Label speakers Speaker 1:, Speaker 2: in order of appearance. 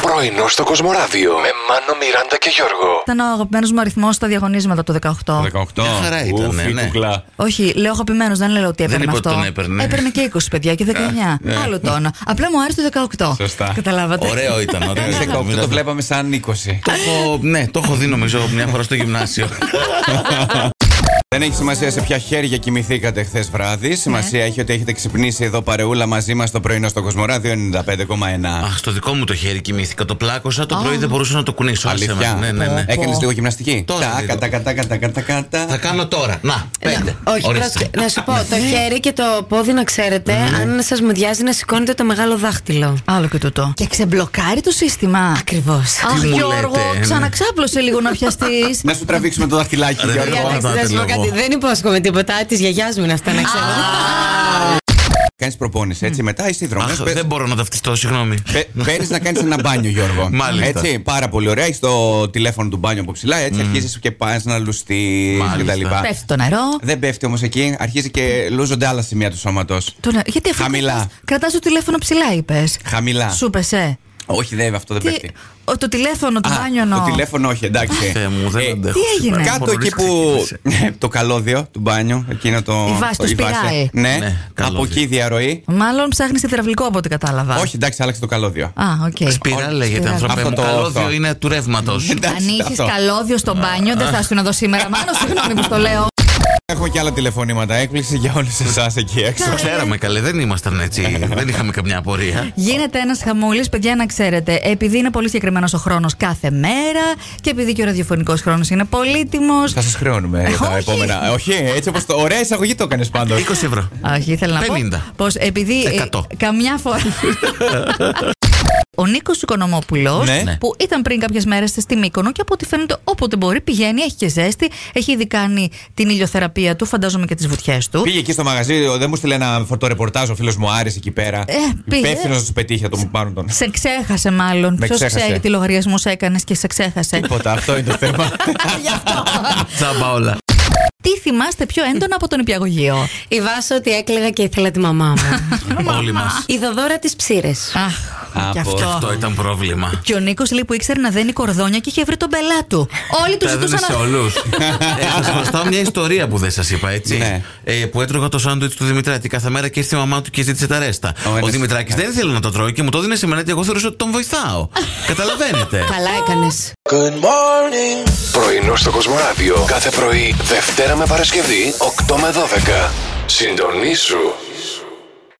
Speaker 1: Πρωινό στο Κοσμοράδιο με Μάνο, Μιράντα και Γιώργο.
Speaker 2: Ήταν ο αγαπημένος μου αριθμός στα διαγωνίσματα του 18.
Speaker 3: 18.
Speaker 4: Μια χαρά ήταν,
Speaker 3: Ουφ,
Speaker 4: ναι.
Speaker 3: η κουκλά.
Speaker 2: Όχι, λέω αγαπημένος, δεν λέω ότι
Speaker 4: Δεν
Speaker 2: έπαιρνε
Speaker 4: είπα ότι
Speaker 2: αυτό.
Speaker 4: τον έπαιρνες.
Speaker 2: και 20 παιδιά και 19.
Speaker 3: ναι.
Speaker 2: Άλλο τόνο. Απλά μου άρεσε το 18.
Speaker 3: Σωστά.
Speaker 2: Καταλάβατε.
Speaker 4: Ωραίο ήταν. ωραίο
Speaker 3: Εμείς
Speaker 4: ήταν.
Speaker 3: 18 Ε, το βλέπαμε σαν 20.
Speaker 4: Το έχω, ναι, το έχω δει νομίζω μια φορά στο γυμνάσιο.
Speaker 3: Δεν έχει σημασία σε ποια χέρια κοιμηθήκατε χθες βράδυ. Σημασία
Speaker 4: Ναι.
Speaker 3: έχει ότι έχετε ξυπνήσει εδώ παρεούλα μαζί μας το πρωινό στο Κοσμοράδιο 95,1.
Speaker 4: Αχ, στο δικό μου το χέρι κοιμήθηκα. Το πλάκωσα το πρωί, δεν μπορούσα να το κουνήσω. Άσε
Speaker 3: Αλήθεια.
Speaker 4: μας. Ναι, ναι, ναι.
Speaker 3: Έκανες λίγο γυμναστική.
Speaker 4: Τώρα
Speaker 3: Τα,
Speaker 4: δεν
Speaker 3: κατα, κατα, κατα, κατα, κατα.
Speaker 4: Θα κάνω τώρα. Να, πέντε.
Speaker 5: Όχι,
Speaker 4: Ορίστε. Ναι,
Speaker 5: πρόσεξε, να σου πω, το χέρι και το πόδι να ξέρετε, αν σας μουδιάζει να σηκώνετε το μεγάλο δάχτυλο.
Speaker 2: Άλλο και τούτο. Και ξεμπλοκάρει το σύστημα.
Speaker 5: Ακριβώς.
Speaker 2: Αχ,
Speaker 4: μου
Speaker 2: Γιώργο,
Speaker 4: λέτε, ναι.
Speaker 2: ξαναξάπλωσε λίγο να πιαστείς.
Speaker 3: Να σου τραβήξουμε το δαχτυλάκι,
Speaker 4: Ρε,
Speaker 3: Γιώργο.
Speaker 4: ρε, ρε.
Speaker 5: Εντάξει,
Speaker 4: Ωραία,
Speaker 5: να σου πω
Speaker 4: δάχτυλο,
Speaker 5: κάτι.
Speaker 4: εγώ.
Speaker 5: Δεν υπόσχομαι τίποτα. Της γιαγιάς μου είναι αυτά, να ξέρω.
Speaker 3: Κάνεις προπόνηση, έτσι. Μετά εσύ
Speaker 4: Αχ,
Speaker 3: δρομέ.
Speaker 4: δεν μπορώ να ταυτιστώ, συγγνώμη.
Speaker 3: Παίρνεις να κάνεις ένα μπάνιο, Γιώργο.
Speaker 4: Μάλιστα.
Speaker 3: Έτσι, πάρα πολύ ωραία. Έχεις το τηλέφωνο του μπάνιου από ψηλά, έτσι αρχίζεις και πας να λουστείς
Speaker 4: Μάλιστα.
Speaker 3: κτλ.
Speaker 2: Πέφτει το νερό.
Speaker 3: Δεν πέφτει όμως εκεί, αρχίζει και λούζονται άλλα σημεία του σώματος.
Speaker 2: Το νερό. Γιατί αφού
Speaker 3: Χαμηλά.
Speaker 2: κρατάς- Κρατάς το τηλέφωνο ψηλά, είπες.
Speaker 3: Χαμηλά.
Speaker 2: Σου πεσέ.
Speaker 3: Όχι, δεν, αυτό δεν πέφτει.
Speaker 2: Το τηλέφωνο, το
Speaker 3: Α,
Speaker 2: μπάνιο
Speaker 3: Το
Speaker 2: εννοώ.
Speaker 3: τηλέφωνο, όχι, εντάξει.
Speaker 4: Θεέ μου, δεν
Speaker 3: Ε,
Speaker 4: αντέχω.
Speaker 2: τι έγινε?
Speaker 4: σήμερα.
Speaker 3: Κάτω
Speaker 4: Μόλις
Speaker 3: εκεί που.
Speaker 4: ξεκίνησε.
Speaker 3: το καλώδιο του μπάνιου, εκείνο το.
Speaker 2: Η βάση, το
Speaker 3: η βάση.
Speaker 2: σπιράλ.
Speaker 3: Ναι,
Speaker 4: Ναι,
Speaker 3: από
Speaker 4: καλώδιο.
Speaker 3: εκεί η διαρροή.
Speaker 2: Μάλλον ψάχνεις υδραυλικό από ό,τι κατάλαβα.
Speaker 3: Όχι, εντάξει, άλλαξε το καλώδιο.
Speaker 2: Α, οκ.
Speaker 4: Σπυρά λέγεται,
Speaker 2: σπυρά.
Speaker 4: άνθρωπε.
Speaker 3: Αυτό
Speaker 4: μου.
Speaker 3: το-
Speaker 4: Καλώδιο
Speaker 3: αυτό.
Speaker 4: είναι του ρεύματος.
Speaker 2: Αν
Speaker 3: Εντάξει,
Speaker 2: είχες
Speaker 3: αυτό.
Speaker 2: καλώδιο στο μπάνιο, δεν θα ήσουν εδώ σήμερα. Μάλλον συγγνώμη που το λέω.
Speaker 3: Έχω και άλλα τηλεφωνήματα. Έκπληξη για όλους εσάς εκεί έξω.
Speaker 4: Το ξέραμε καλέ, δεν ήμασταν έτσι. Δεν είχαμε καμιά απορία.
Speaker 2: Γίνεται ένας χαμούλη, παιδιά, να ξέρετε. Επειδή είναι πολύ συγκεκριμένος ο χρόνος κάθε μέρα και επειδή και ο ραδιοφωνικός χρόνος είναι πολύτιμος.
Speaker 3: Θα σας χρεώνουμε για τα
Speaker 2: Όχι.
Speaker 3: επόμενα. Όχι, έτσι όπως το. Ωραία εισαγωγή το έκανες πάντως.
Speaker 4: 20 ευρώ.
Speaker 2: Όχι, ήθελα να
Speaker 4: 50.
Speaker 2: πω. Πως επειδή. ε,
Speaker 4: 100.
Speaker 2: καμιά φορά. Ο Νίκος Οικονομόπουλος,
Speaker 3: Ναι. Ναι.
Speaker 2: που ήταν πριν κάποιες μέρες στη Μύκονο και από ό,τι φαίνεται όποτε μπορεί πηγαίνει, έχει και ζέστη, έχει ήδη κάνει την ηλιοθεραπεία του, φαντάζομαι και τις βουτιές του.
Speaker 3: Πήγε εκεί στο μαγαζί, ο- δεν μου στείλε ένα φωτορεπορτάζ ο φίλος μου Άρης εκεί πέρα.
Speaker 2: Ε, πήγε.
Speaker 3: Υπεύθυνος να τους πετύχει να τον πάρουν τον.
Speaker 2: Σε ξέχασε μάλλον.
Speaker 3: Με
Speaker 2: Ποιος
Speaker 3: ξέχασε.
Speaker 2: ξέρει τι λογαριασμούς έκανες και σε ξέχασε.
Speaker 3: Τίποτα, αυτό είναι το θέμα.
Speaker 2: Γι' αυτό.
Speaker 4: Τσάμπα όλα.
Speaker 2: Τι θυμάστε πιο έντονα από τον υπηαγωγείο.
Speaker 5: Η Βάσο ότι έκλαιγα και ήθελα τη μαμά μου.
Speaker 4: Όλοι μας.
Speaker 5: Η δοδόρα της ψήρες.
Speaker 2: Αχ, κι αυτό.
Speaker 4: Αυτό ήταν πρόβλημα.
Speaker 2: Και ο Νίκος λέει που ήξερε να δένει κορδόνια και είχε βρει τον πελά του. Όλοι τους
Speaker 4: Τα έδινε
Speaker 2: ζητούσαν
Speaker 4: σε
Speaker 2: να.
Speaker 4: όλους. Θα σας χρωστάω μια ιστορία που δεν σας είπα, έτσι.
Speaker 3: Ναι.
Speaker 4: Ε, που έτρωγα το σάντουιτ του Δημητράκη κάθε μέρα και ήρθε η μαμά του και ζήτησε τα ρέστα.
Speaker 3: Ο
Speaker 4: Ο,
Speaker 3: ένας-
Speaker 4: Δημητράκης δεν ήθελε να το τρώει και μου το δίνει σήμερα και εγώ θεωρούσα ότι τον βοηθάω. Καταλαβαίνετε.
Speaker 5: Καλά έκανες.
Speaker 1: Πρωινό στο Κοσμοράδιο κάθε πρωί, Δευτέρα με Παρασκευή, 8 με 12. Συντονίσου.